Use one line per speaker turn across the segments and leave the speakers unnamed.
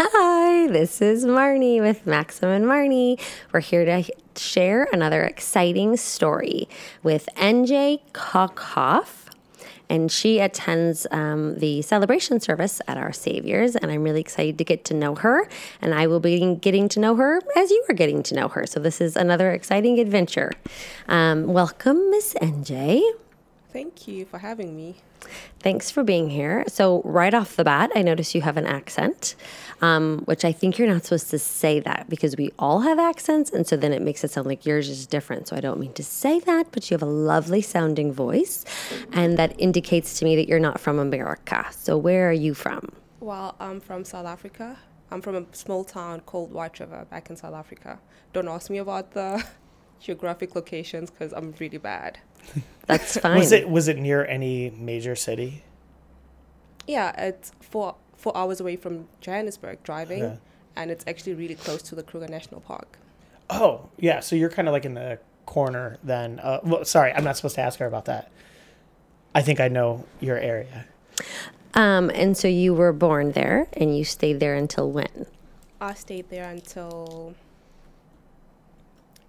Hi, this is Marnie with Maxim and Marnie. We're here to h- share another exciting story with NJ Kockhoff. And she attends um, the celebration service at Our Saviors. And I'm really excited to get to know her. And I will be getting to know her as you are getting to know her. So this is another exciting adventure. Um, welcome, Miss NJ.
Thank you for having me.
Thanks for being here. So, right off the bat, I notice you have an accent, um, which I think you're not supposed to say that because we all have accents. And so then it makes it sound like yours is different. So, I don't mean to say that, but you have a lovely sounding voice. And that indicates to me that you're not from America. So, where are you from?
Well, I'm from South Africa. I'm from a small town called White River back in South Africa. Don't ask me about the geographic locations because I'm really bad.
That's fine.
Was it was it near any major city?
Yeah, it's four, four hours away from Johannesburg driving,
Okay.
and it's actually really close to the Kruger National Park.
Oh, yeah. So you're kind of like in the corner then. Uh, well, sorry, I'm not supposed to ask her about that. I think I know your area.
Um, and so you were born there and you stayed there until when?
I stayed there until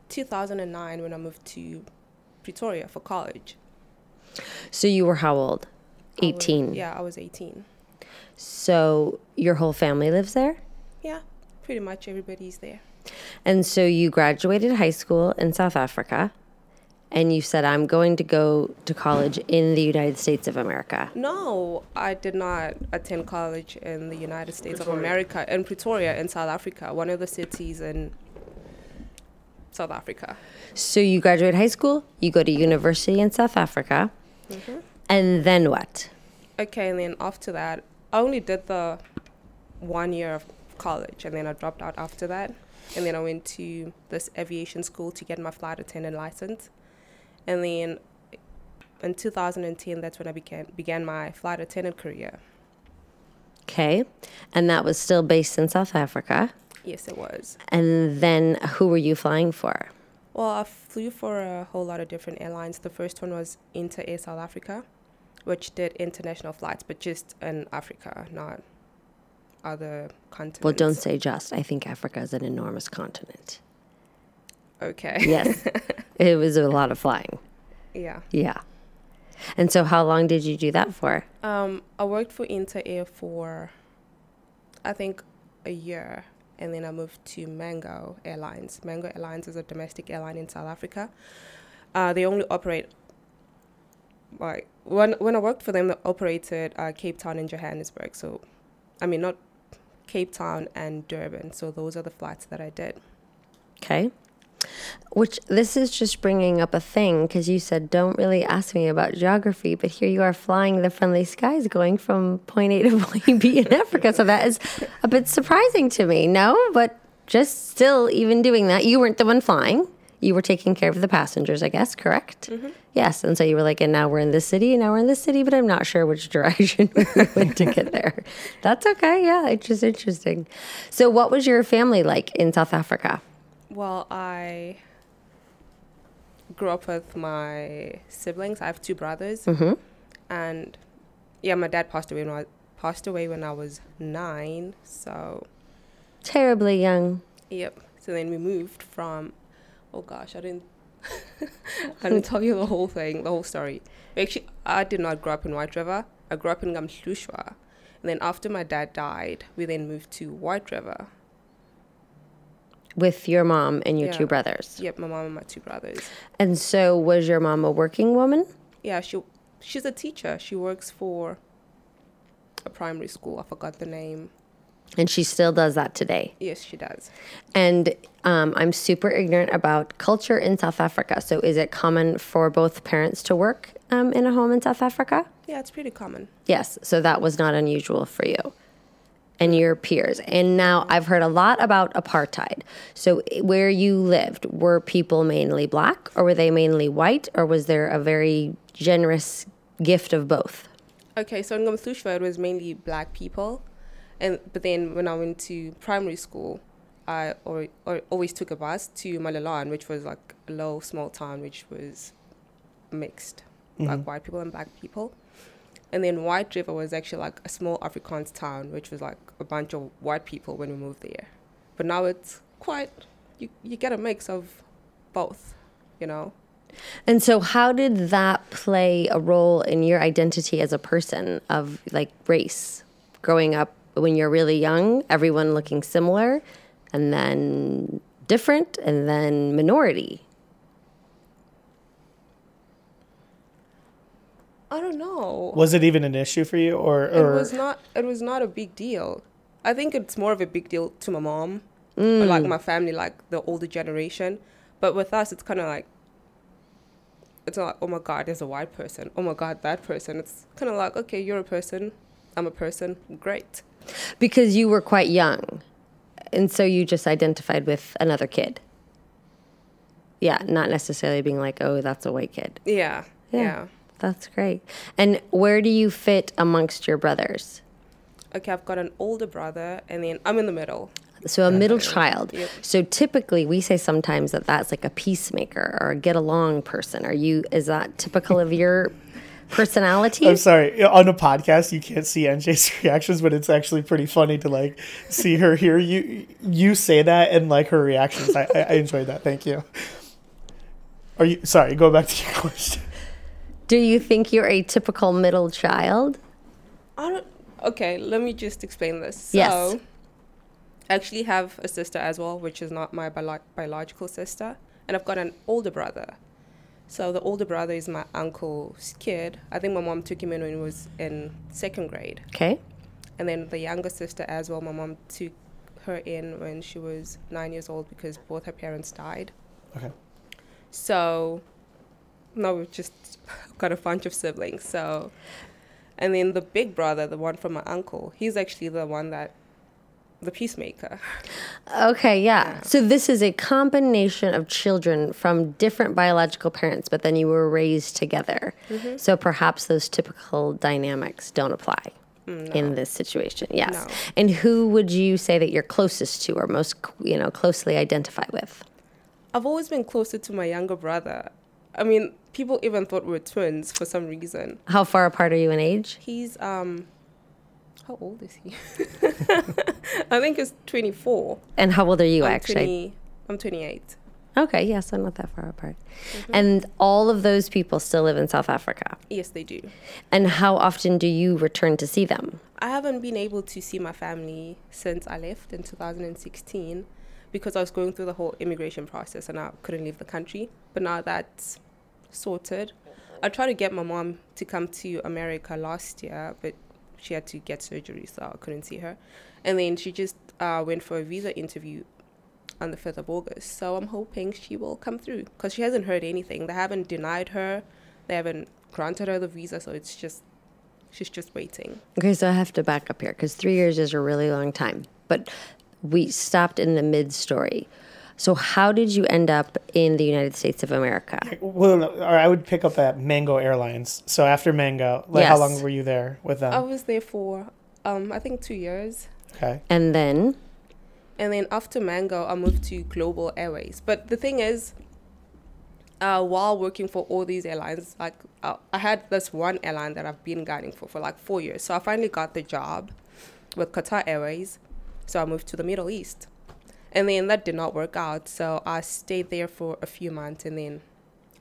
2009 when I moved to Pretoria for college.
So, you were how old?
I was-
18.
yeah, I was 18.
So, your whole family lives there?
Yeah, pretty much everybody's there.
And so you graduated high school in South Africa and you said, I'm going to go to college in the United States of America.
No, I did not attend college in the United States of America, in Pretoria, in South Africa, one of the cities in South Africa.
So you graduate high school, you go to university in South Africa, and then what?
Okay, and then after that, I only did the one year of college, and then I dropped out after that. And then I went to this aviation school to get my flight attendant license. And then in 2010, that's when I began, began my flight attendant career.
Okay. And that was still based in South Africa.
Yes, it was.
And then who were you flying for?
Well, I flew for a whole lot of different airlines. The first one was Inter Air South Africa, which did international flights, but just in Africa, not other continents.
Well, don't say just. I think Africa is an enormous continent.
Okay.
Yes. it was a lot of flying.
Yeah.
Yeah. And so how long did you do that for?
Um, I worked for Inter Air for, I think, a year, and then I moved to Mango Airlines. Mango Airlines is a domestic airline in South Africa. Uh, they only operate. Like when when I worked for them, they operated uh, Cape Town and Johannesburg. So, I mean, not Cape Town and Durban. So those are the flights that I did.
Okay. Which this is just bringing up a thing because you said don't really ask me about geography, but here you are flying the friendly skies going from point A to point B in Africa. So that is a bit surprising to me. No, but just still, even doing that, you weren't the one flying. You were taking care of the passengers, I guess, correct? Yes. And so you were like, and now we're in this city, and now we're in this city, but I'm not sure which direction we went to get there. That's okay. Yeah, it's just interesting. So, what was your family like in South Africa?
Well, I grew up with my siblings. I have two brothers, and yeah, my dad passed away when I passed away when I was nine. So
terribly young.
yep. So then we moved from. Oh gosh, I didn't. I didn't tell you the whole thing, the whole story. Actually, I did not grow up in White River. I grew up in Gamslushwa. And then after my dad died, we then moved to White River.
with your mom and your two
Yeah.
brothers.
Yep, my mom and my two brothers.
And so was your mom a working woman?
yeah, she she's a teacher. She works for a primary school. I forgot the name.
And she still does that today.
Yes, she does.
And um, I'm super ignorant about culture in South Africa. So is it common for both parents to work um, in a home in South Africa?
Yeah, it's pretty common.
Yes. So that was not unusual for you and your peers. And now I've heard a lot about apartheid. So i- where you lived, were people mainly black or were they mainly white or was there a very generous gift of both?
Okay, so in Gamsushwa, it was mainly black people, and but then when I went to primary school, I or, or always took a bus to Malalan, which was like a low small town, which was mixed, like white people and black people. And then White River was actually like a small Afrikaans town, which was like a bunch of white people when we moved there. But now it's quite, you, you get a mix of both, you know?
And so, how did that play a role in your identity as a person of like race? Growing up when you're really young, everyone looking similar, and then different, and then minority.
I don't know.
Was it even an issue for you, or, or
it was not it was not a big deal i think it's more of a big deal to my mom or like my family like the older generation but with us it's kind of like it's not like oh my god there's a white person oh my god that person it's kind of like okay you're a person i'm a person great
Because you were quite young. And so you just identified with another kid. Yeah, not necessarily being like, oh, that's a white kid.
yeah yeah,
That's great. And where do you fit amongst your brothers?
okay i've got an older brother and then i'm in the middle
So a middle child. So typically we say sometimes that that's like a peacemaker or a get along person. Are you is that typical of your personality?
I'm sorry. On a podcast, you can't see NJ's reactions, but it's actually pretty funny to like see her hear you you say that and like her reactions. I, I, I enjoyed that. Thank you. Are you sorry? Go back to your question.
Do you think you're a typical middle child?
I don't. Okay, let me just explain this. So,
Yes.
I actually have a sister as well, which is not my biolo- biological sister, and I've got an older brother. So the older brother is my uncle's kid. I think my mom took him in when he was in second grade,
Okay.
and then the younger sister as well. My mom took her in when she was nine years old because both her parents died.
Okay.
So now we've just got a bunch of siblings. So, and then the big brother, the one from my uncle, he's actually the one that, the peacemaker.
Okay, yeah. So this is a combination of children from different biological parents, but then you were raised together. So perhaps those typical dynamics don't apply in this situation. Yes.
No.
And who would you say that you're closest to or most, you know, closely identify with?
I've always been closer to my younger brother. I mean, people even thought we were twins for some reason.
How far apart are you in age?
He's, um, how old is he? I think he's 24.
And how old are you
I'm
actually?
20, I'm 28.
Okay, yeah, so not that far apart. And all of those people still live in South Africa.
Yes, they do.
And how often do you return to see them?
I haven't been able to see my family since I left in 2016 because I was going through the whole immigration process and I couldn't leave the country. But now that's sorted. I tried to get my mom to come to America last year, but she had to get surgery, so I couldn't see her. And then she just uh, went for a visa interview on the 5th of August. So I'm hoping she will come through because she hasn't heard anything. They haven't denied her, they haven't granted her the visa, so it's just, she's just waiting.
Okay, so I have to back up here because three years is a really long time. But we stopped in the mid story. So, how did you end up in the United States of America?
Well, no, or I would pick up at Mango Airlines. So after Mango, like
Yes.
how
Oh.
long were you there with them?
I was there for um, I think two years,
Okay.
And then,
and then after Mango, I moved to Global Airways. But the thing is, uh, while working for all these airlines, like uh, I had this one airline that I've been guiding for for like four years. So I finally got the job with Qatar Airways, so I moved to the Middle East, and then that did not work out. So I stayed there for a few months, and then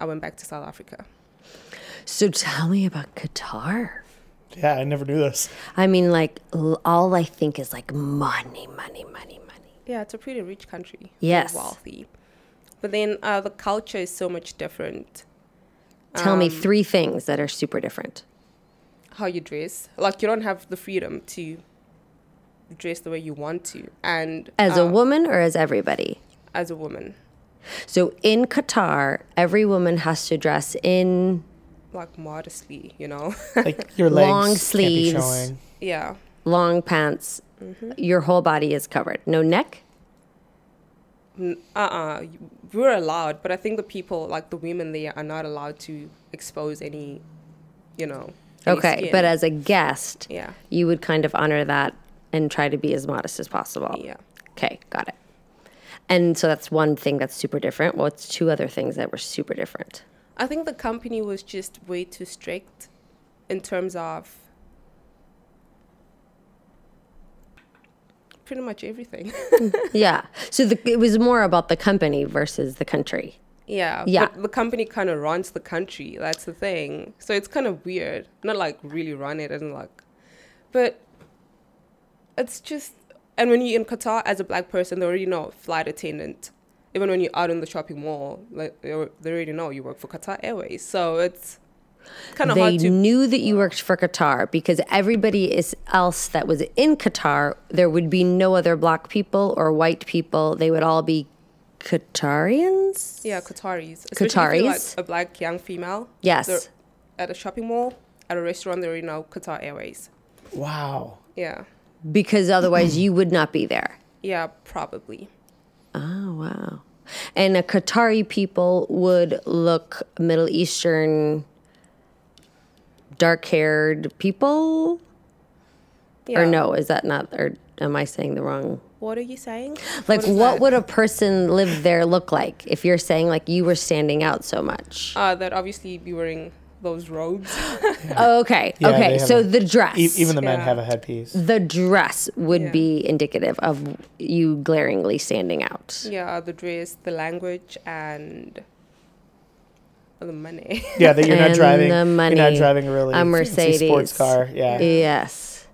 I went back to South Africa.
so tell me about Qatar.
Yeah, I never knew this.
I mean, like, l- all I think is like money, money, money, money.
Yeah, it's a pretty rich country. pretty
Yes.
Wealthy. But then uh, the culture is so much different.
Tell me three things that are super different.
How you dress. Like, you don't have the freedom to dress the way you want to. And
As
uh,
a woman or as everybody?
as a woman,
So, in Qatar, every woman has to dress in
like, modestly, you know?
Like your legs
Long sleeves.
Can't be showing.
yeah.
long pants. Your whole body is covered. No neck?
Uh uh you- We're allowed, but I think the people, like the women there, are not allowed to expose any, you know. any
Okay,
skin.
but uh, as a guest,
Yeah.
you would kind of honor that and try to be as modest as possible.
Yeah.
Okay, got it. And so that's one thing that's super different. What's two other things that were super different?
I think the company was just way too strict in terms of pretty much everything.
yeah. So the, it was more about the company versus the country.
yeah.
Yeah.
But the company kind of runs the country. That's the thing. So it's kind of weird. Not like really run it and like, but it's just. And when you're in Qatar as a black person, they already know flight attendant. Even when you're out in the shopping mall, like they al- they already know you work for Qatar Airways. So it's kind of
They
hard to
knew that you worked for Qatar because everybody is else that was in Qatar, there would be no other black people or white people. They would all be Qatarians.
Yeah, Qataris. Especially if you're, like,
Qataris?
a black young female.
Yes.
They're At a shopping mall, at a restaurant, there are no Qatar Airways.
Wow.
Yeah.
because otherwise you would not be there.
Yeah, probably.
Oh, wow. And a Qatari people would look Middle Eastern, dark haired people?
Yeah.
Or no, is that not, or am I saying the wrong?
What are you saying?
Like,
is
what,
that?
would a person live there look like if you're saying like you were standing out so much?
Uh, that obviously be wearing those robes.
okay,
Yeah,
okay.
they have
So
a-
the dress,
E- even the men
Yeah.
have a headpiece.
the dress would
Yeah.
be indicative of you glaringly standing out.
yeah, the dress, the language, and the money.
Yeah, that you're not
And
driving.
the
You're not
money.
driving a really
A
fancy
Mercedes.
sports car. Yeah.
Yes.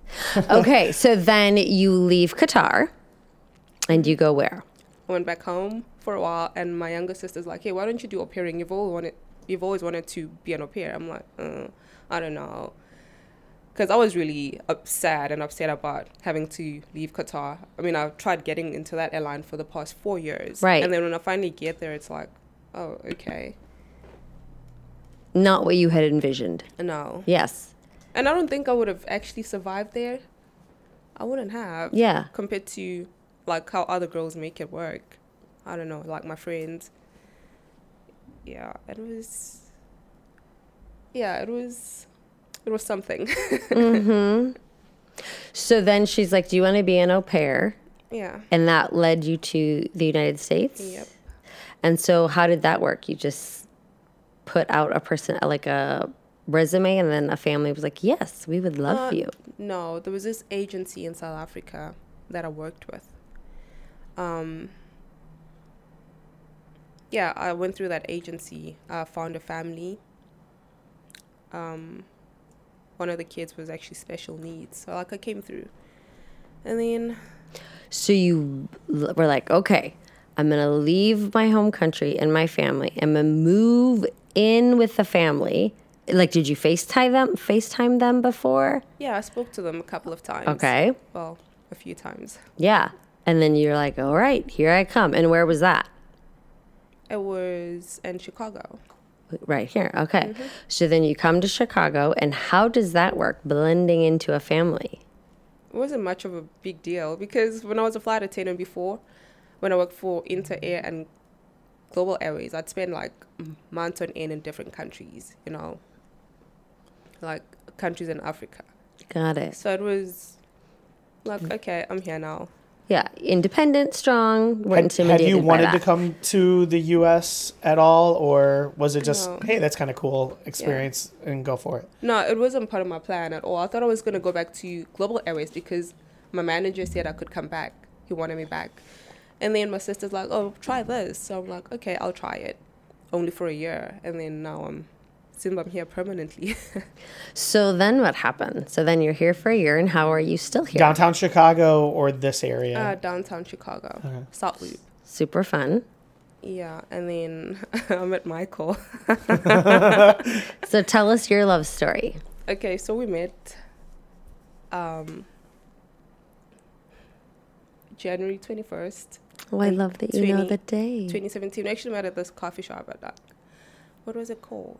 Okay, so then you leave Qatar and you go where?
I went back home for a while, and my younger sister's like, "Hey, why don't you do au pairing? You've always wanted, you've always wanted to be an au pair." I'm like, uh, "I don't know," because I was really upset and upset about having to leave Qatar. I mean, I've tried getting into that airline for the past four years,
Right.
And then when I finally get there, it's like, "Oh, okay,
Not what you had envisioned.
no."
Yes.
And I don't think I would have actually survived there. I wouldn't have.
Yeah.
Compared to like how other girls make it work. I don't know, like my friends. Yeah, it was Yeah, it was it was something.
So then she's like, Do you want to be an au pair?
yeah.
And that led you to the United States.
Yep.
And so how did that work? You just put out a person, like a resume, and then a family was like, Yes, we would love
Uh,
you.
No, there was this agency in South Africa that I worked with. Um, yeah, I went through that agency, uh, found a family. Um, one of the kids was actually special needs, so like I came through. And then,
So you l- were like, okay, I'm going to leave my home country and my family. I'm going to move in with the family. Like, did you FaceTime them? FaceTime them before?
yeah, I spoke to them a couple of times.
Okay.
Well, a few times.
Yeah. And then you're like, all right, here I come. And where was that?
It was in Chicago.
Right here. Okay. So then you come to Chicago, and how does that work? Blending into a family.
it wasn't much of a big deal because when I was a flight attendant before, when I worked for Inter Air and Global Airways, I'd spend like months on end in different countries, you know, like countries in Africa.
Got it.
So it was like, okay, I'm here now.
Yeah. Independent, strong.
Had,
Weren't
had
intimidated
you
by
wanted
that.
to come to the U.S. at all, or was it just,
No.
hey, that's kind of cool experience and go for it?
No, it wasn't part of my plan at all. I thought I was going to go back to Global Airways because my manager said I could come back. He wanted me back. And then my sister's like, oh, try this. So I'm like, okay, I'll try it. Only for a year. And then now I'm, since I'm here permanently.
So then what happened? So then you're here for a year, and how are you still here?
Downtown Chicago or this area?
uh, downtown Chicago, South Loop.
Super fun.
Yeah. And then I met Michael.
So tell us your love story.
Okay, so we met um, January 21st,
Oh, I love that you know
20
the day.
2017. We actually met at this coffee shop at that. What was it called?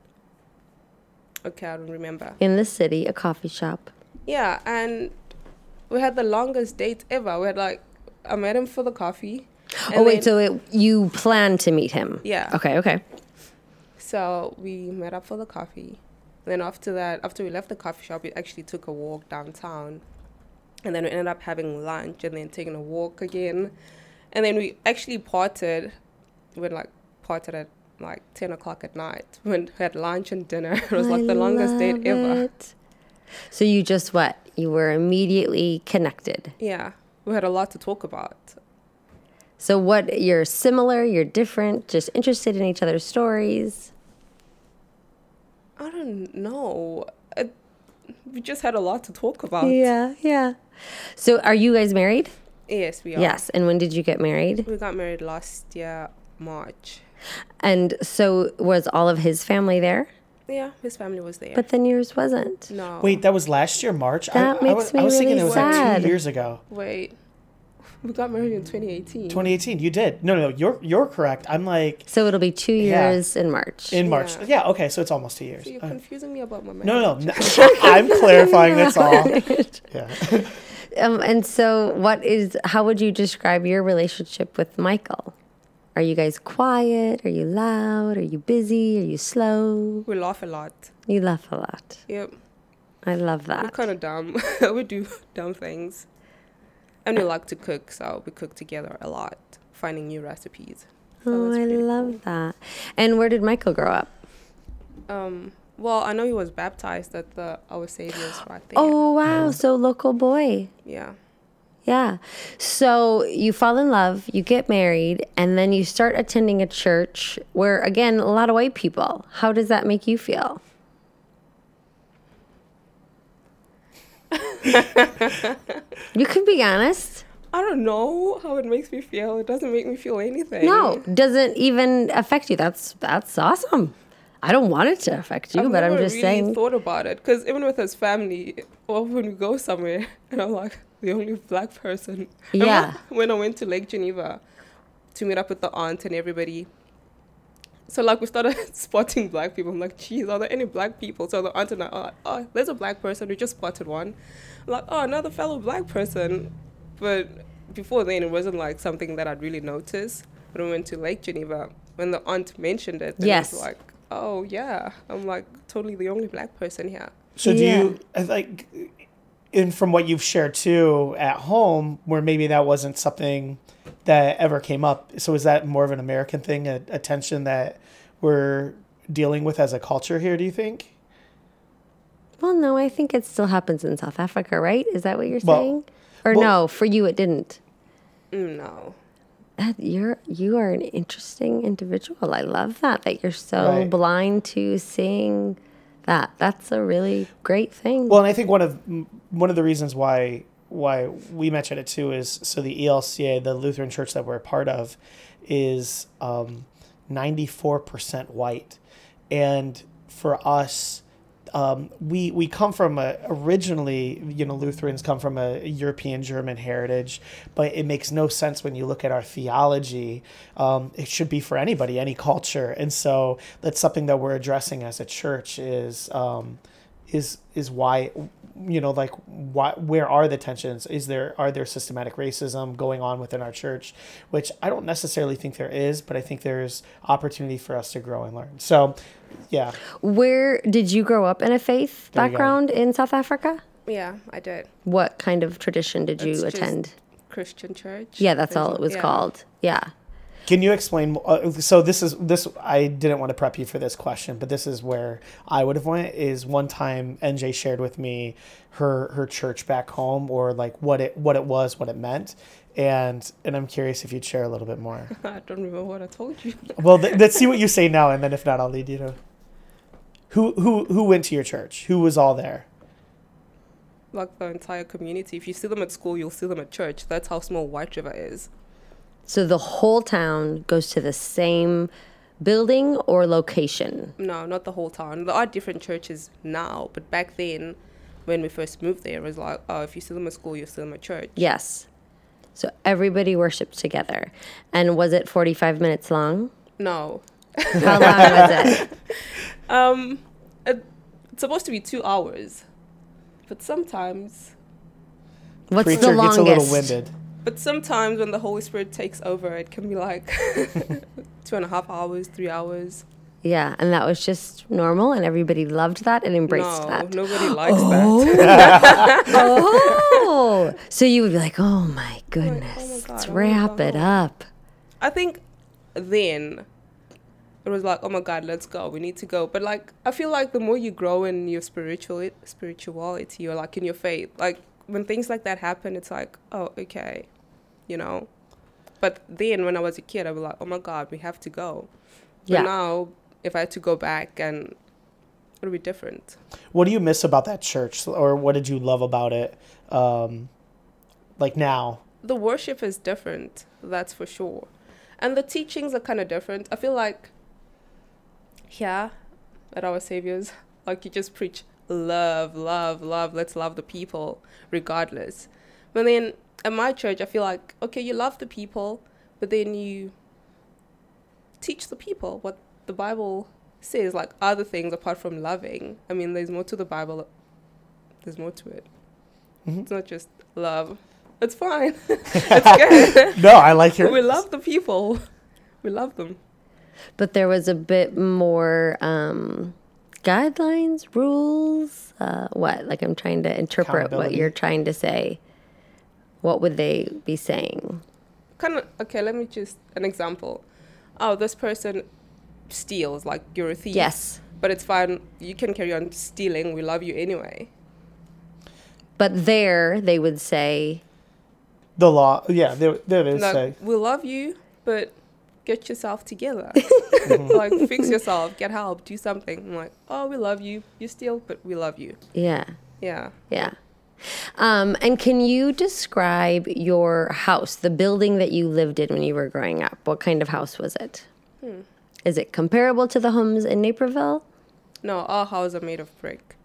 Okay, I don't remember.
In the city, a coffee shop.
Yeah, and we had the longest date ever. We had like, I met him for the coffee.
oh
and
wait,
then-
so it, you planned to meet him?
Yeah.
Okay. Okay.
So we met up for the coffee. Then after that, after we left the coffee shop, we actually took a walk downtown. And then we ended up having lunch and then taking a walk again. And then we actually parted. We like parted at like 10 o'clock at night. We had lunch and dinner. It was like the longest date ever.
It. So you just what? You were immediately connected.
Yeah, we had a lot to talk about.
So what? You're similar. You're different. Just interested in each other's stories.
I don't know. I, we just had a lot to talk about.
Yeah, yeah. So are you guys married?
Yes, we are.
Yes. And when did you get married?
We got married last year, March.
And so was all of his family there?
Yeah, his family was there.
But then yours wasn't.
no.
Wait, that was last year, March.
That
I, I
makes
was,
me
I was thinking
really
it was like
sad.
two years ago.
Wait. We got married in 2018.
2018. You did. No, no, no. You're you're correct. I'm like
So it'll be two
Yeah.
years in March.
in March.
Yeah.
Yeah. Okay. So it's almost two years.
So you're
Uh,
confusing me about my marriage.
no, no, no. I'm clarifying. That's all. Yeah.
um, and so what is? How would you describe your relationship with Michael? Are you guys quiet? Are you loud? Are you busy? Are you slow?
We laugh a lot.
You laugh a lot.
Yep.
I love
We're
that.
kind of dumb. we do dumb things. And we like to cook, so we cook together a lot, finding new recipes. So
Oh,
that's
I
pretty
love that. And where did Michael grow up?
cool. Um, well, I know he was baptized at the Our Savior's right there.
Oh, wow.
Um,
So local boy.
Yeah.
Yeah. So you fall in love, you get married, and then you start attending a church where, again, a lot of white people. How does that make you feel? you can be honest.
I don't know how it makes me feel. It doesn't make me feel anything.
No, doesn't even affect you. That's that's awesome. I don't want it to affect you,
I've
but I'm
never
just
really
saying.
Thought about it because even with his family, well, when we go somewhere, and I'm like the only black person. Remember
Yeah.
When I went to Lake Geneva to meet up with the aunt and everybody, so like we started spotting black people. I'm like, geez, are there any black people? So the aunt and I are like, oh, there's a black person. We just spotted one. I'm like, oh, another fellow black person. But before then, it wasn't like something that I'd really noticed. When I went to Lake Geneva, when the aunt mentioned it, then it
Yes.
was like oh yeah i'm like totally the only black person here
So do
Yeah.
you I like? And from what you've shared too at home, where maybe that wasn't something that ever came up. So is that more of an American thing, a, a tension that we're dealing with as a culture here? Do you think?
Well, no, I think it still happens in South Africa, right? Is that what you're
Well-
saying? Or
well-
no, for you it didn't.
Mm, no
That you're you are an interesting individual. I love that that you're so
Right.
blind to seeing that. That's a really great thing.
Well, and I think one of one of the reasons why why we mentioned it too is so the E ELCA, the Lutheran Church that we're a part of, is ninety four percent white, and for us, um, we we come from a originally you know Lutherans come from a European German heritage, but it makes no sense when you look at our theology. Um, it should be for anybody, any culture, and so that's something that we're addressing as a church is um, is is why you know like why where are the tensions? Is there are there systematic racism going on within our church, which I don't necessarily think there is, but I think there's opportunity for us to grow and learn. So, yeah.
Where did you grow up in a faith
There you go.
background in South Africa?
yeah i did
What kind of tradition did you
It's just
attend?
christian church
Yeah, that's all
There's-
it was
yeah.
called. Yeah.
Can you explain? Uh, so this is this. I didn't want to prep you for this question, but this is where I would have went. Is one time NJ shared with me her her church back home, or like what it what it was, what it meant, and and I'm curious if you'd share a little bit more.
i don't remember what i told you
well, th- let's see what you say now, and then if not, I'll lead you to. Who who who went to your church? Who was all there?
like the entire community if you see them at school you'll see them at church that's how small white river is
So the whole town goes to the same building or location.
no not the whole town there are different churches now but back then when we first moved there it was like oh if you see them at school you'll see them at church
Yes. So everybody worshiped together. And was it 45 minutes long?
no
How long was it?
um it, it's supposed to be two hours but sometimes
What's the
Preacher gets
longest?
a little winded.
But sometimes when the Holy Spirit takes over, it can be like two and a half hours, three hours.
Yeah, and that was just normal, and everybody loved that and embraced
no,
that.
nobody likes that.
oh, so you would be like, "Oh my
my
goodness,
God,
let's
I wanna
wrap
go
it
home."
up."
I think then it was like, oh my God, let's go. We need to go. But like, I feel like the more you grow in your spiritual spirituality or like in your faith, like when things like that happen, it's like, oh, okay, you know. But then when I was a kid, I was like, oh my God, we have to go.
Yeah.
But now, if I had to go back and it'll be different.
What do you miss about that church, or what did you love about it? Um, like now,
the worship is different, that's for sure. And the teachings are kind of different. I feel like yeah, at Our Savior's, like you just preach love, love, love, let's love the people regardless. But then at my church, I feel like, okay, you love the people, but then you teach the people what the Bible says, like other things apart from loving. I mean, there's more to the Bible, there's more to it. It's not just love. It's fine. it's good.
no, I like your.
we love the people. We love them.
But there was a bit more um, guidelines, rules. Uh, what? Like I'm trying to interpret what
Accountability.
you're trying to say. What would they be saying?
kind of okay let me just an example oh this person steals like you're a thief
Yes.
but it's fine you can carry on stealing we love you anyway
But there they would say,
the law. Yeah, there, there it is.
no
say.
we love you but get yourself together like fix yourself get help do something i'm like oh we love you you steal but we love you
yeah,
yeah
yeah. Um, and can you describe your house, the building that you lived in when you were growing up? What kind of house was it? Is it comparable to the homes in Naperville?
no our houses are made of brick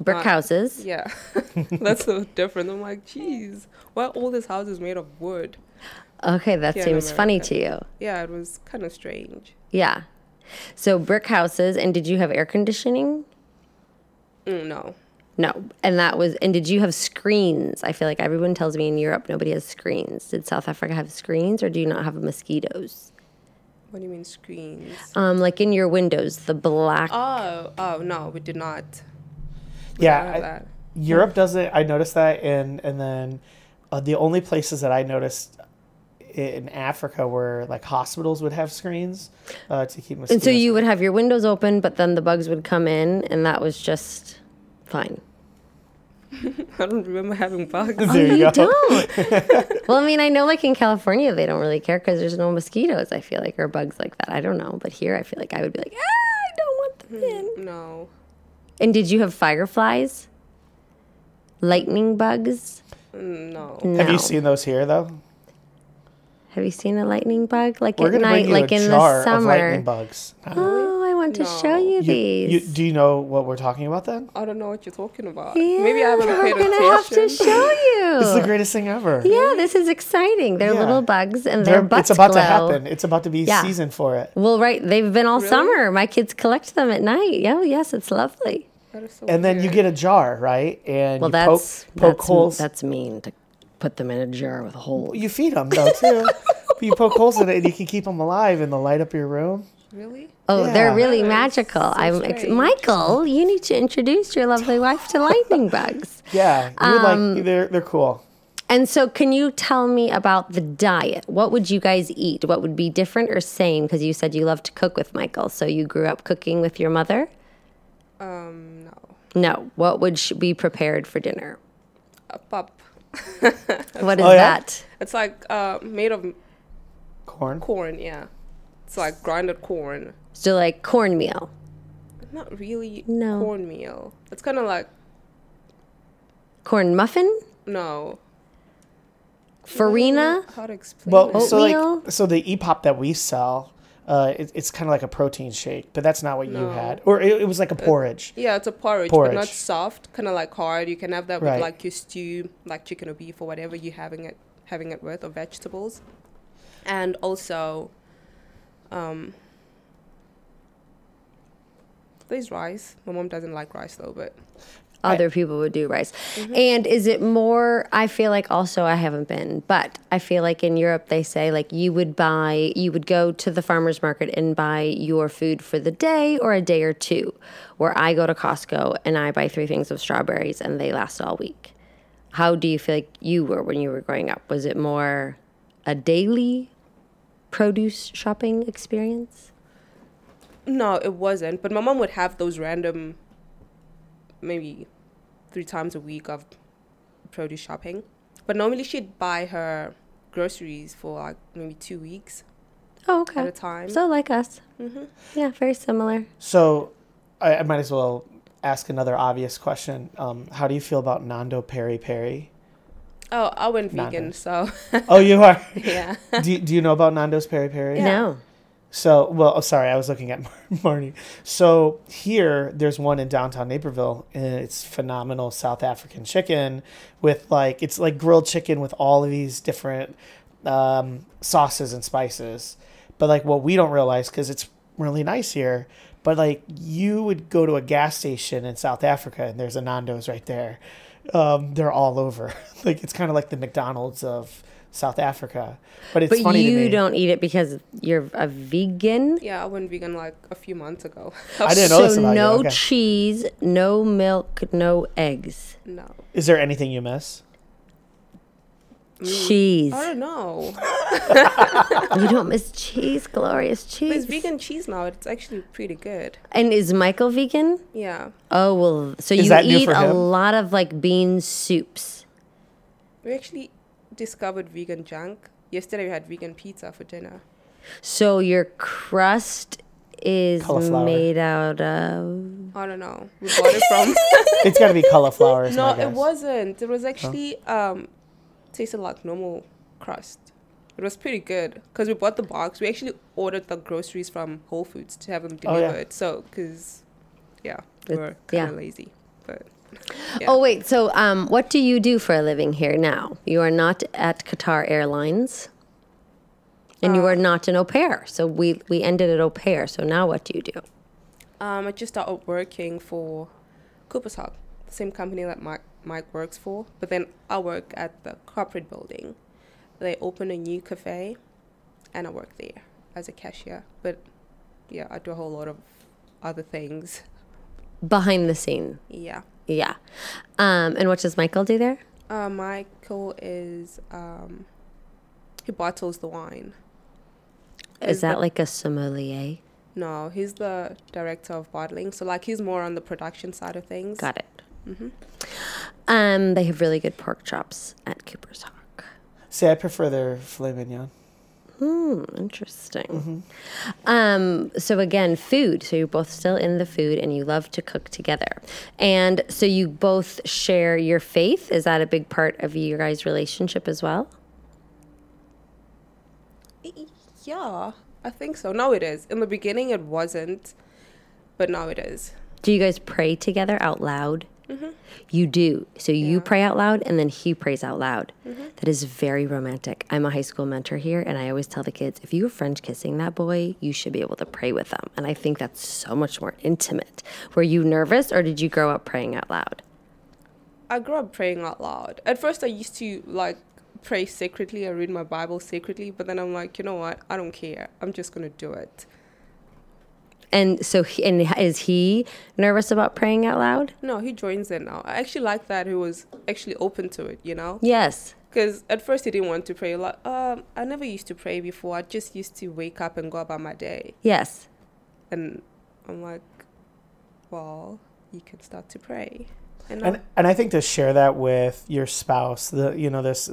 Brick
Uh,
houses.
yeah that's so different i'm like jeez why are all these houses made of wood
Okay, that
Yeah, in
seems funny
America.
to you.
yeah it was kind of strange
Yeah. So brick houses, and did you have air conditioning?
Mm, no
No. And that was, and did you have screens? I feel like everyone tells me in Europe nobody has screens. Did South Africa have screens, or do you not have mosquitoes?
what do you mean screens
Um, like in your windows, the black.
Oh, oh no, we did not.
yeah,
have
I-
that.
Europe doesn't. I noticed that, and and then uh, the only places that I noticed in Africa were like hospitals would have screens uh, to keep
and
mosquitoes.
so you would have your windows open, but then the bugs would come in, and that was just fine.
I don't remember having bugs.
there you, go.
Oh, don't. well, I mean, I know like in California they don't really care because there's no mosquitoes. I feel like or bugs like that. I don't know, but here I feel like I would be like, ah, I don't want
Hmm.
them in.
no.
And did you have fireflies? Lightning bugs?
Mm, No.
No.
Have you seen those here though?
Have you seen a lightning bug? Like
We're
at
gonna
night,
bring you
like
a
in
jar
the
of lightning
summer.
bugs. Uh,
Oh, I want to show
No.
you,
you-
these.
you- do you know what we're talking about then?
I don't know what you're talking about.
yeah,
Maybe I haven't
we're
paid
gonna have to
attention.
show you.
It's the greatest thing ever.
yeah, this is exciting. They're
Yeah.
little bugs and
They're-
their butts
it's about to
glow.
happen. It's about to be
Yeah.
season for it.
Well, right, they've been all
Really?
summer. My kids collect them at night. Yeah, oh, yes, it's lovely.
That is so
And then you
weird.
get a jar, right? And
Well,
you
that's
poke, poke
that's,
holes.
that's mean to put them in a jar with holes.
You feed them though too. But you poke holes in it, and you can keep them alive, and they'll light up your room.
really.
Oh,
Yeah.
they're really
That is
magical.
so
I'm ex-
strange.
Michael. You need to introduce your lovely wife to lightning bugs.
Yeah, you would
Um,
like they're they're cool.
And so, can you tell me about the diet? What would you guys eat? What would be different or same? Because you said you love to cook with Michael, so you grew up cooking with your mother.
Um, no.
No, what would sh- be prepared for dinner?
A pup.
What is
Oh, yeah?
that?
It's like uh, made of
Corn.
corn. Yeah. It's like grinded corn.
So, like cornmeal.
Not really
No.
cornmeal. It's kind of like
corn muffin,
no.
farina.
How to explain?
Well,
it?
so
Oatmeal?
like so the EPOP that we sell, uh, it, it's kind of like a protein shake, but that's not what you had, or it, it was
Uh,
like a porridge.
Yeah, it's a porridge, but not
Porridge.
soft, kind of like hard. You can have that
Right.
with like your stew, like chicken or beef or whatever you're having it having it with, or vegetables. And also, um, there's rice. My mom doesn't like rice though, but
Other people would do rice. And is it more? I feel like also I haven't been, but I feel like in Europe they say like you would buy, you would go to the farmer's market and buy your food for the day or a day or two. Where I go to Costco and I buy three things of strawberries and they last all week. How do you feel like you were when you were growing up? Was it more a daily produce shopping experience?
No, it wasn't. But my mom would have those random, maybe three times a week of produce shopping. But normally she'd buy her groceries for like maybe two weeks
Oh,
at a
okay.
time.
So like us.
Mm-hmm.
hmm
Yeah, very similar.
So I, I might as well ask another obvious question. Um, how do you feel about Nando Peri Peri?
Oh, I went
Not
vegan,
nice.
so
Oh, you are.
yeah.
do, you- do you know about Nando's Peri Peri?
No.
So, well, oh, sorry, I was looking at Mar- Marnie. So here, there's one in downtown Naperville, and it's phenomenal South African chicken with like it's like grilled chicken with all of these different um, sauces and spices. But like what we don't realize because it's really nice here, but like you would go to a gas station in South Africa, and there's a Nando's right there. Um, they're all over. like it's kind of like the McDonald's of South Africa. But it's
But
funny to me.
you don't eat it because you're a vegan.
Yeah, I went vegan like a few months ago.
I didn't know this
so
about you.
no
Okay.
cheese, no milk, no eggs.
no.
Is there anything you miss?
Cheese.
Ah.
I don't know.
You don't miss cheese, glorious
There's
cheese.
vegan cheese now. It's actually pretty good.
and is Michael vegan?
Yeah.
Oh well, so you
that new
eat
for
a
him?
lot of like bean soups.
We actually discovered vegan junk. Yesterday we had vegan pizza for dinner.
So your crust is
Cauliflower.
made out of
I don't know. We bought it from
It's got to be cauliflower. is my
No, it
guess.
wasn't. It was actually um, tasted like normal crust. It was pretty good because we bought the box. We actually ordered the groceries from Whole Foods to have them
Oh, yeah.
delivered. So, because yeah, we
It-
were kind
yeah.
of lazy. But
Oh wait, so um, what do you do for a living here now? You are not at Qatar Airlines, and you are not an au pair. So we we ended at au pair. So now what do you do?
um, I just started working for Cooper's Hub, the same company that Mike Mike works for. But then I work at the corporate building. They opened a new cafe, and I work there as a cashier. But yeah, I do a whole lot of other things.
Behind the scene,
Yeah.
yeah. Um, and what does Michael do there?
Uh, Michael is um, he bottles the wine.
Is,
Is
that
the-
like a sommelier?
No, he's the director of bottling. So like he's more on the production side of things.
Got it. Um, they have really good pork chops at Cooper's Hawk.
See, I prefer their filet mignon.
Hmm, interesting. Um, so again, food. So you're both still in the food, and you love to cook together. And so you both share your faith. Is that a big part of your guys' relationship as well?
it. Yeah, I think so. Now it is. In the beginning, it wasn't, but now it is.
Do you guys pray together out loud? You do. So you pray out loud, and then he prays out loud. That is very romantic. I'm a high school mentor here, and I always tell the kids if you were French kissing that boy, you should be able to pray with them. And I think that's so much more intimate. Were you nervous, or did you grow up praying out loud?
I grew up praying out loud. At first, I used to like pray secretly. I read my Bible secretly, but then I'm like, you know what? I don't care. I'm just gonna do it.
And so, he, and is he nervous about praying out loud?
No, he joins in now. I actually like that he was actually open to it. You know.
Yes.
Because at first he didn't want to pray. Like, um, I never used to pray before. I just used to wake up and go about my day.
Yes.
And I'm like, well, you can start to pray. And,
And and I think to share that with your spouse, the you know this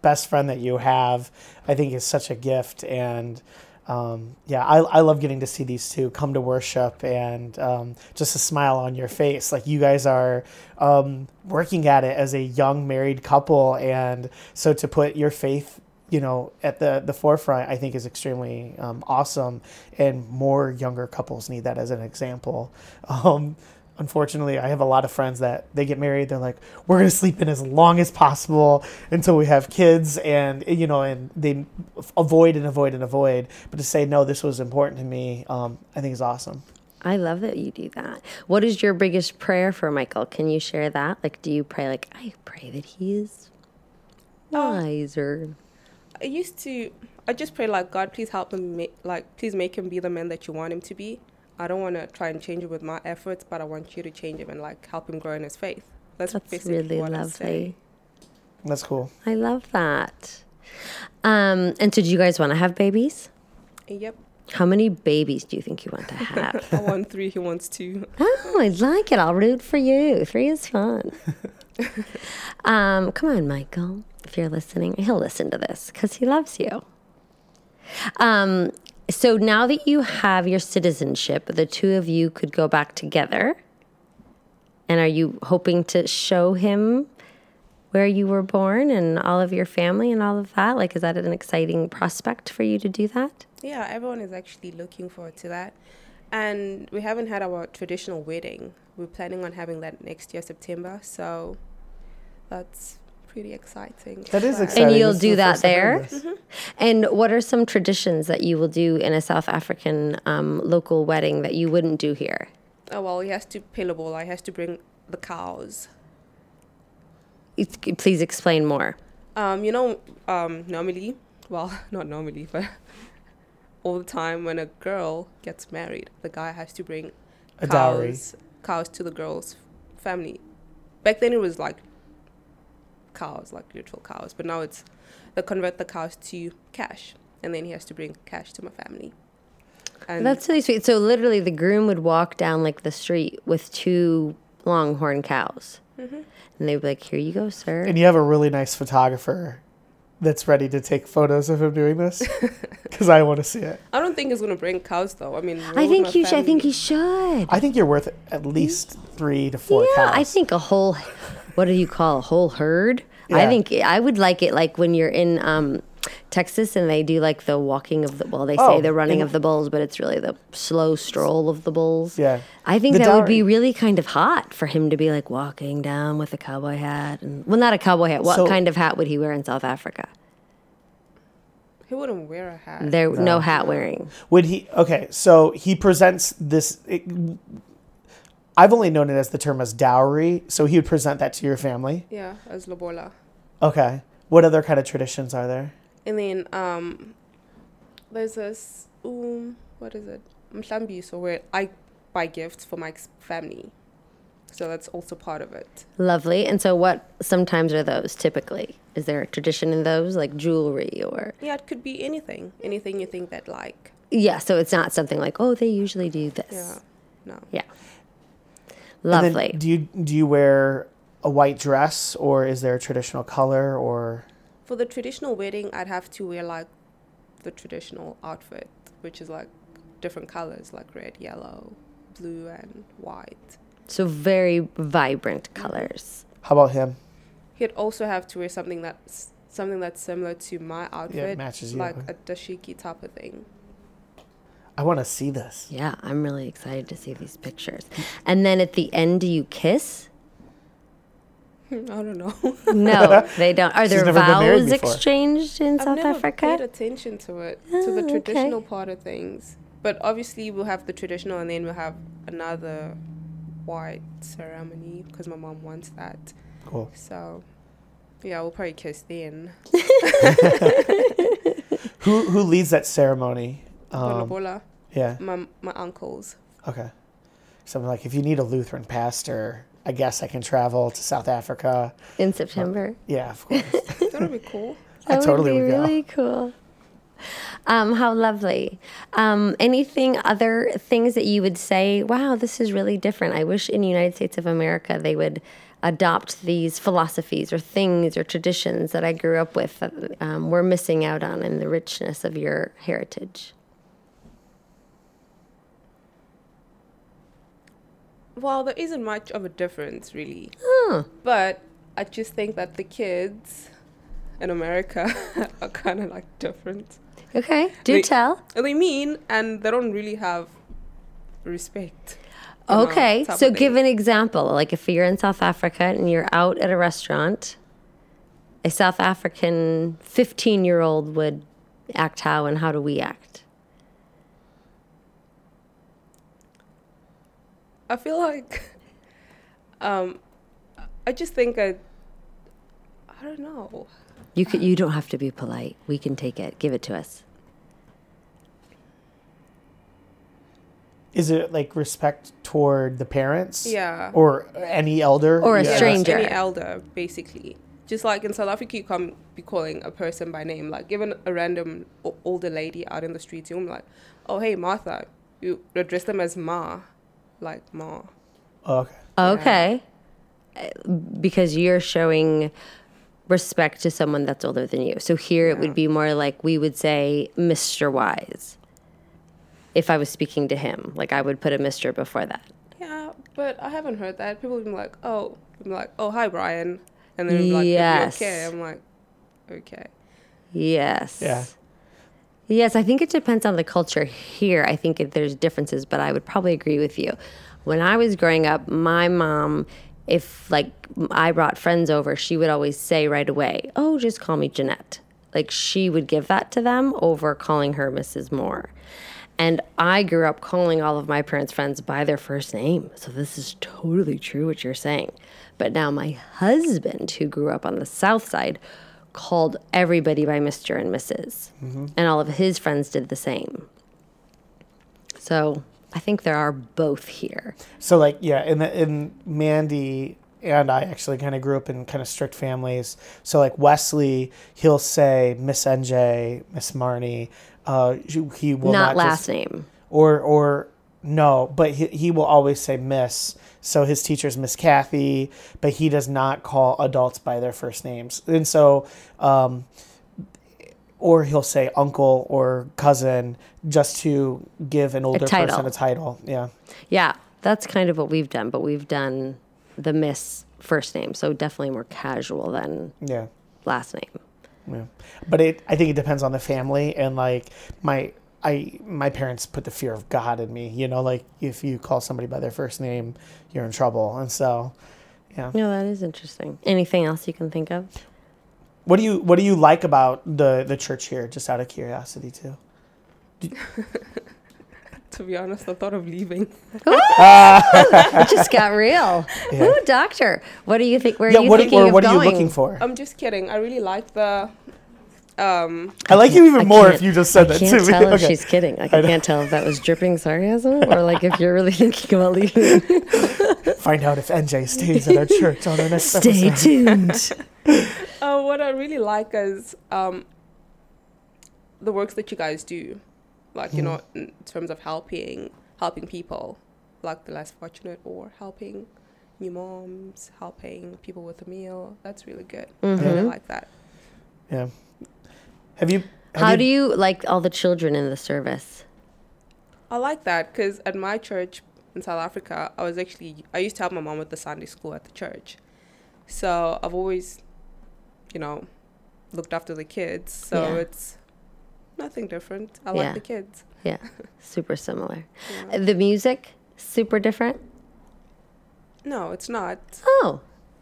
best friend that you have, I think is such a gift. And um, yeah, I, I love getting to see these two come to worship and um, just a smile on your face. Like you guys are um, working at it as a young married couple, and so to put your faith you know at the the forefront i think is extremely um, awesome and more younger couples need that as an example um, unfortunately i have a lot of friends that they get married they're like we're going to sleep in as long as possible until we have kids and eh, you know and they avoid and avoid and avoid but to say no this was important to me um, i think is awesome
I love that you do that. What is your biggest prayer for Michael? Can you share that? Like, do you pray, like, I pray that he is wiser?
I used to, I just pray like, God, please help him, make, like, please make him be the man that you want him to be. I don't want to try and change him with my efforts, but I want you to change him and like help him grow in his faith. That's,
That's
basically
really
what I say.
lovely.
that's cool
I love that. Um, and so, do you guys want to have babies?
Yep.
How many babies do you think you want to have?
I want three, he wants two.
oh, I like it. I'll root for you. Three is fun. um, come on, Michael. If you're listening, he'll listen to this because he loves you. Um, so now that you have your citizenship, the two of you could go back together. And are you hoping to show him where you were born and all of your family and all of that? Like, is that an exciting prospect for you to do that?
Yeah, everyone is actually looking forward to that. And we haven't had our traditional wedding. We're planning on having that next year, September. So that's pretty exciting.
That is
But-
exciting.
you'll
This is
do
the
that
first I've heard
there?
this.
And what are some traditions that you will do in a South African um, local wedding that you wouldn't do here?
Oh, well, he has to pillabola. He has to bring the cows.
It's, please explain more.
Um, you know, um, normally, well, not normally, but all the time when a girl gets married, the guy has to bring
A dowry.
cows, cows to the girl's family. Back then it was like cows, like literal cows, but now it's they convert the cows to cash, and then he has to bring cash to my family. And
That's really sweet. So literally, the groom would walk down like the street with two longhorn cows, and they'd be like, "Here you go, sir."
And you have a really nice photographer that's ready to take photos of him doing this because I want to see it.
I don't think he's gonna bring cows though. I mean,
I think you.
you
Sh- I think you should.
I think you're worth at least three to four
yeah,
cows.
I think a whole. What do you call a whole herd? I
Yeah.
think I would like it like when you're in um, Texas and they do like the walking of the. Well, they say
Oh,
the running
in-
of the bulls, but it's really the slow stroll of the bulls.
Yeah.
I think
The
that would be
dowry.
really kind of hot for him to be like walking down with a cowboy hat and well, not a cowboy hat. What
So-
kind of hat would he wear in South Africa?
he wouldn't wear a hat.
There no, hat wearing.
Would he? Okay, so he presents this. It, I've only known it as the term as dowry, so he would present that to your family.
yeah, as lobola.
Okay. What other kind of traditions are there?
And then um, there's this um, what is it? Mhlambiso, where I buy gifts for my ex- family, so that's also part of it.
Lovely. And so what sometimes are those typically? Is there a tradition in those like jewelry or
Yeah, it could be anything, anything you think that like.
Yeah, so it's not something like, "Oh, they usually do
Yeah,
this."
no.
Yeah.
And then
Lovely.
do you do you wear a white dress or is there a traditional color or
For the traditional wedding, I'd have to wear like the traditional outfit, which is like different colors, like red, yellow, blue, and white.
so very vibrant colors.
how about him?
He'd also have to wear something that's something that's similar to my outfit,
matches you.
like a dashiki type of thing.
I want to see this.
Yeah, I'm really excited to see these pictures. And then at the end do you kiss?
I don't know.
No, they don't. Are there
never been married
vows
before.
exchanged in South
I've never paid
Africa?
attention to it, to
Ah,
the
okay.
traditional part of things. But obviously, we'll have the traditional, and then we'll have another white ceremony because my mom wants that.
Cool.
So, yeah, we'll probably kiss then.
Who who leads that ceremony?
Bola
Um,
bola,
yeah.
my my uncles.
Okay. So I'm like, if you need a Lutheran pastor, I guess I can travel to South Africa.
In September.
Yeah, of course.
That'll be cool.
I totally
would
would
be
go.
really cool. Um, how lovely. Um, anything other things that you would say, wow, this is really different. I wish in the United States of America they would adopt these philosophies or things or traditions that I grew up with that um, we're missing out on in the richness of your heritage.
Well, there isn't much of a difference really,
Huh.
but I just think that the kids in America are kind of like different.
Okay, do
Wait.
tell.
They mean, and they don't really have respect. you know,
Okay,
type
so
of thing.
give an example. Like if you're in South Africa and you're out at a restaurant, a South African 15 year old would act how and how do we act?
I feel like um I just think I I don't know.
You could, you don't have to be polite. We can take it. Give it to us.
Is it like respect toward the parents?
Yeah.
Or any elder?
Or a
Yeah.
Yeah,
stranger.
Any elder basically. Just like in South Africa, you can't be calling a person by name. Like, given a random o- older lady out in the streets, you're like, oh, hey, Martha. You address them as Ma. Like, Ma.
Oh, Okay.
Okay. Uh, Because you're showing respect to someone that's older than you. So here it would be more like we would say Mr. Wise. If I was speaking to him, like I would put a Mr. before that.
Yeah, but I haven't heard that. People have been like, oh, I'm like, oh, hi, Brian. And then like,
Yes.
yes. okay. I'm like, okay.
Yes.
Yeah.
Yes, I think it depends on the culture here. I think it, there's differences, but I would probably agree with you. When I was growing up, my mom, if like I brought friends over, she would always say right away, "Oh, just call me Jeanette." Like she would give that to them over calling her Mrs. Moore. And I grew up calling all of my parents' friends by their first name. So this is totally true what you're saying. But now my husband, who grew up on the south side, called everybody by Mr. and missus
Mm-hmm.
And all of his friends did the same. So I think there are both here.
So like yeah, and the, and Mandy and I actually kind of grew up in kind of strict families. So like Wesley, he'll say Miss NJ, Miss Marnie. Uh, he will
not,
not,
last
just-
name.
or or no, but he, he will always say Miss. So his teacher's Miss Kathy, but he does not call adults by their first names. And so, um, or he'll say uncle or cousin just to give an older
title.
person a title. Yeah.
Yeah, that's kind of what we've done, but we've done the miss first name. So definitely more casual than
Yeah.
last name.
Yeah. But it I think it depends on the family and like my I my parents put the fear of God in me, you know, like if you call somebody by their first name, you're in trouble. And so
No, that is interesting. Anything else you can think of?
what do you what do you like about the the church here just out of curiosity too?
To be honest, I thought of leaving.
It just got real. Ooh, doctor. What do you think? Where
yeah,
are you
what
thinking
or
of
what
going?
are you looking for?
I'm just kidding. I really like the. Um,
I like you even
I
more if
can't-
you just said
I
that
can't
to
tell
me.
if she's kidding. Like, I, can't tell if that was dripping sarcasm or like if you're really thinking about leaving.
Find out if NJ stays at our church on our next
Stay
episode.
tuned.
uh, what I really like is um, the works that you guys do, like you know, in terms of helping helping people, like the less fortunate, or helping new moms, helping people with a meal. That's really good. I really like that.
Yeah. Have you have
How do you like all the children in the service?
I like that because at my church in South Africa, I was actually I used to help my mom with the Sunday school at the church, so I've always, you know, looked after the kids. So
Yeah.
it's nothing different. I
Yeah.
like the kids.
Yeah, super similar.
Yeah.
The music, super different.
No, it's not.
Oh,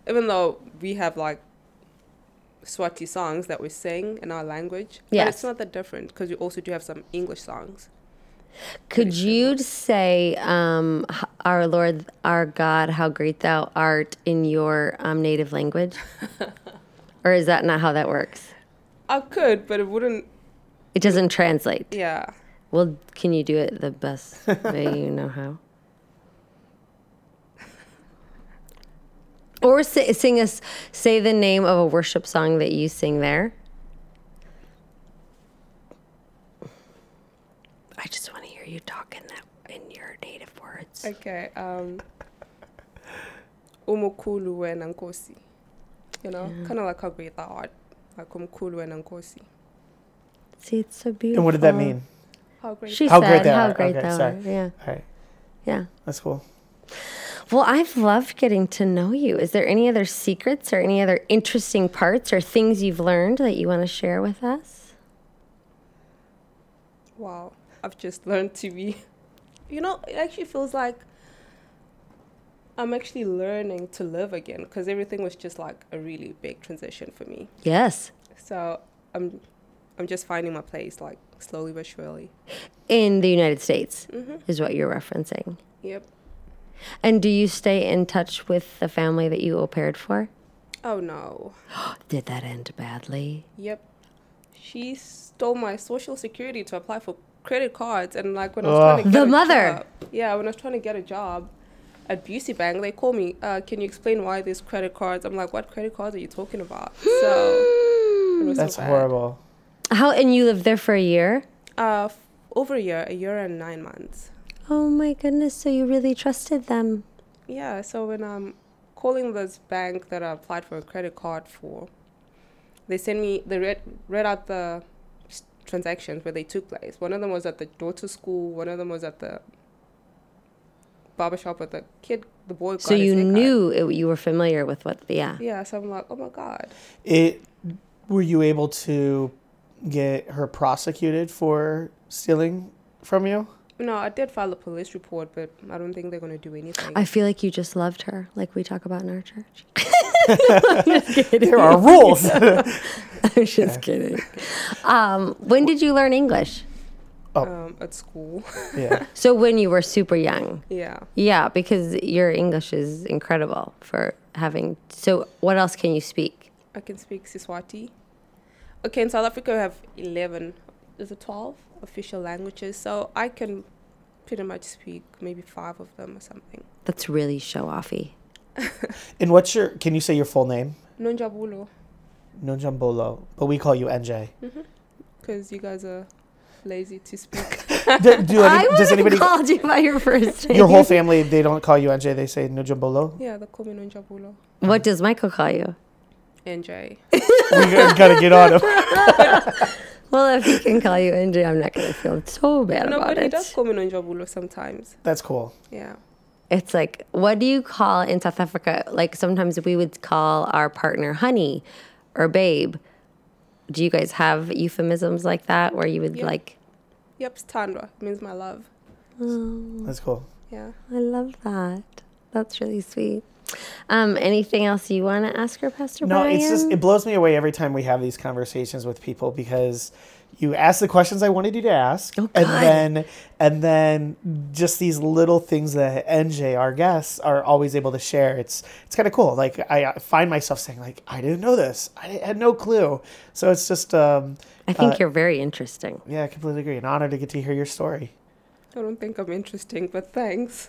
Even though we have like Swati songs that we sing in our language, but
Yes.
it's not that different because we also do have some English songs.
could you say, um, h- "Our Lord, our God, how great Thou art" in your um, native language? or is that not how that works?
I could, but it wouldn't.
It doesn't translate.
Yeah.
Well, can you do it the best way you know how? Or say, sing us, say the name of a worship song that you sing there. I just want to hear you talk in that in your native words.
Okay. Um, umukulu wena nkosi. You know, kind of like how great that art. Like umkulu wena nkosi.
See, it's so beautiful.
and what did that mean?
How great.
She
How
said,
great thou
"How
art."
great
Okay,
thou
sorry.
art." Yeah,
All right.
yeah.
That's cool.
Well, I've loved getting to know you. Is there any other secrets or any other interesting parts or things you've learned that you want to share with us?
wow. I've just learned to be. You know, it actually feels like I'm actually learning to live again because everything was just like a really big transition for me.
Yes.
So I'm, I'm just finding my place like slowly but surely.
In the United States is what you're referencing.
Yep.
And do you stay in touch with the family that you au paired for?
Oh no.
Did that end badly?
Yep. She stole my social security to apply for credit cards and like when I was trying to
Ugh.
get
The
a
mother.
job- yeah, when I was trying to get a job, at Beauty Bank, they call me, uh, can you explain why there's credit cards? I'm like, what credit cards are you talking about? So it was so
That's
bad.
horrible.
How and you lived there for a year?
Uh, f- over a year, a year and nine months.
Oh my goodness! So you really trusted them?
Yeah, so when I'm calling this bank that I applied for a credit card for, they send me, they read, read out the s- transactions where they took place. One of them was at the daughter's school, one of them was at the barber shop with the kid, the boy. got
So
his
you
haircut.
knew it, you were familiar with what? Yeah.
Yeah, so I'm like, oh my God.
It. Were you able to get her prosecuted for stealing from you?
No, I did file a police report, but I don't think they're going to do anything.
I feel like you just loved her, like we talk about in our church.
There are rules.
I'm just kidding. Um, when did you learn English?
um, at school.
yeah.
So when you were super young.
yeah.
Yeah, because your English is incredible for having. So what else can you speak?
I can speak Siswati. Okay, in South Africa we have eleven, is it twelve official languages? So I can pretty much speak maybe five of them or something.
That's really show offy.
And what's your? Can you say your full name?
Nonjabulo,
Nonjambolo, but we call you NJ.
because you guys are lazy to speak.
Do, do
I
any-
would
does
have
anybody?
called you by your first name.
Your whole family they don't call you NJ. They say Nonjambolo.
yeah, they call me Nonjabulo.
what does Michael call you?
NJ.
We gotta gotta get on him.
Well, if he can call you India, I'm not going to feel so bad
No,
about
but he
it.
does call me Nonjabulo sometimes.
That's cool.
Yeah.
It's like, what do you call in South Africa? Like sometimes we would call our partner honey or babe. Do you guys have euphemisms like that where you would
Yeah.
like,
Yep, Tandwa means my love.
oh,
That's cool.
Yeah.
I love that. That's really sweet. Um, anything else you want to ask her, Pastor
No,
Brian?
it's just it blows me away every time we have these conversations with people because you ask the questions I wanted you to ask,
Oh,
and
God.
then and then just these little things that NJ, our guests, are always able to share. It's it's kind of cool. Like I uh, find myself saying like I didn't know this. I had no clue. So it's just um,
I think
uh,
you're very interesting.
yeah, I completely agree. An honor to get to hear your story.
I don't think I'm interesting, but thanks.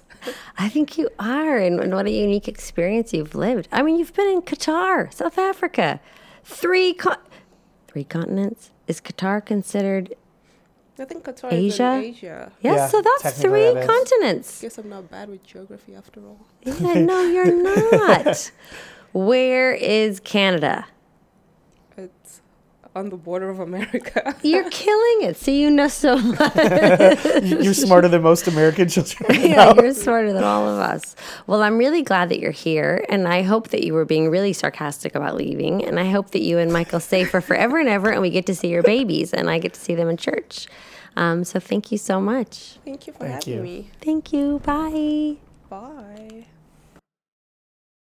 I think you are, and, and what a unique experience you've lived. I mean, you've been in Qatar, South Africa, three con- three continents. Is Qatar considered?
I think Qatar
Asia?
is in Asia.
Yes,
Yeah,
so that's
technically
three
that is.
continents.
Guess I'm not bad with geography after all.
Yeah, no, you're not. Where is Canada?
It's on the border of America.
You're killing it. See, you know so much.
You- You're smarter than most American children.
yeah, you're smarter than all of us. Well, I'm really glad that you're here, and I hope that you were being really sarcastic about leaving. And I hope that you and Michael stay for forever and ever, and we get to see your babies, and I get to see them in church. Um, so thank you so much.
Thank you for
Thank
having
you.
me.
Thank you. Bye.
Bye.